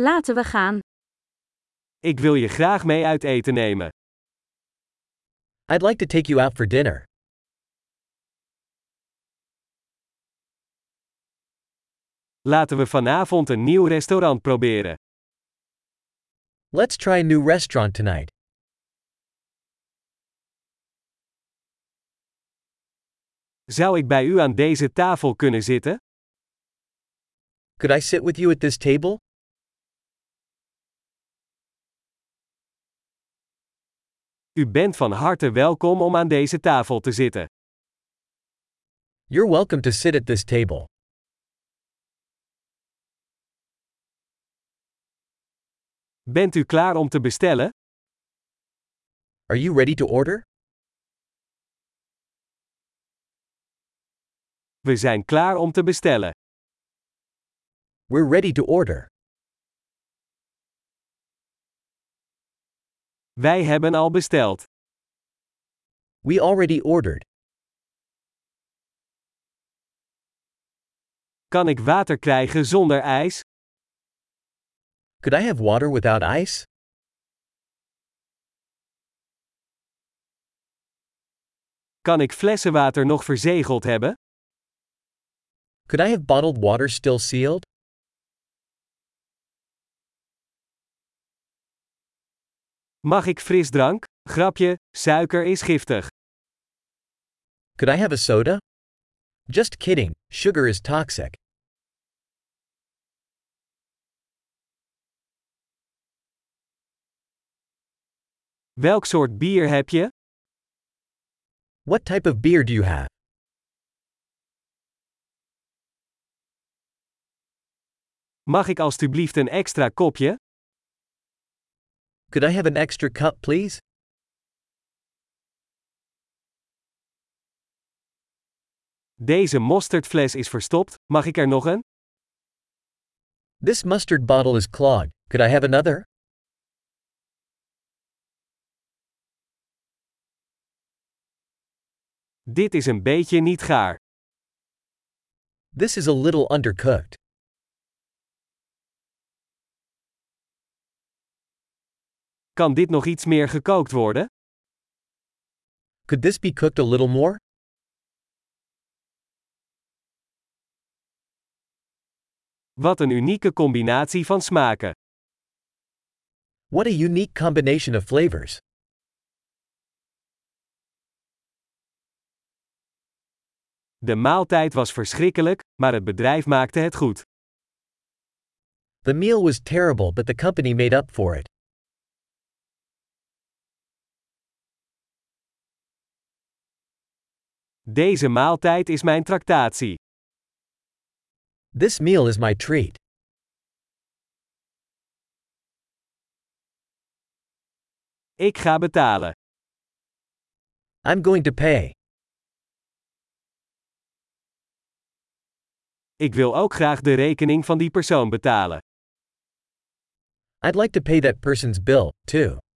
Laten we gaan. Ik wil je graag mee uit eten nemen. I'd like to take you out for dinner. Laten we vanavond een nieuw restaurant proberen. Let's try a new restaurant tonight. Zou ik bij u aan deze tafel kunnen zitten? Could I sit with you at this table? U bent van harte welkom om aan deze tafel te zitten. You're welcome to sit at this table. Bent u klaar om te bestellen? Are you ready to order? We zijn klaar om te bestellen. We're ready to order. Wij hebben al besteld. We already ordered. Kan ik water krijgen zonder ijs? Could I have water without ice? Kan ik flessen water nog verzegeld hebben? Could I have bottled water still sealed? Mag ik frisdrank? Grapje, suiker is giftig. Could I have a soda? Just kidding, sugar is toxic. Welk soort bier heb je? What type of beer do you have? Mag ik alstublieft een extra kopje? Could I have an extra cup, please? Deze mosterdfles is verstopt, mag ik er nog een? This mustard bottle is clogged. Could I have another? Dit is een beetje niet gaar. This is a little undercooked. Kan dit nog iets meer gekookt worden? Could this be cooked a little more? Wat een unieke combinatie van smaken. What a unique combination of flavors. De maaltijd was verschrikkelijk, maar het bedrijf maakte het goed. The meal was terrible, but the company made up for it. Deze maaltijd is mijn tractatie. This meal is my treat. Ik ga betalen. I'm going to pay. Ik wil ook graag de rekening van die persoon betalen. I'd like to pay that person's bill, too.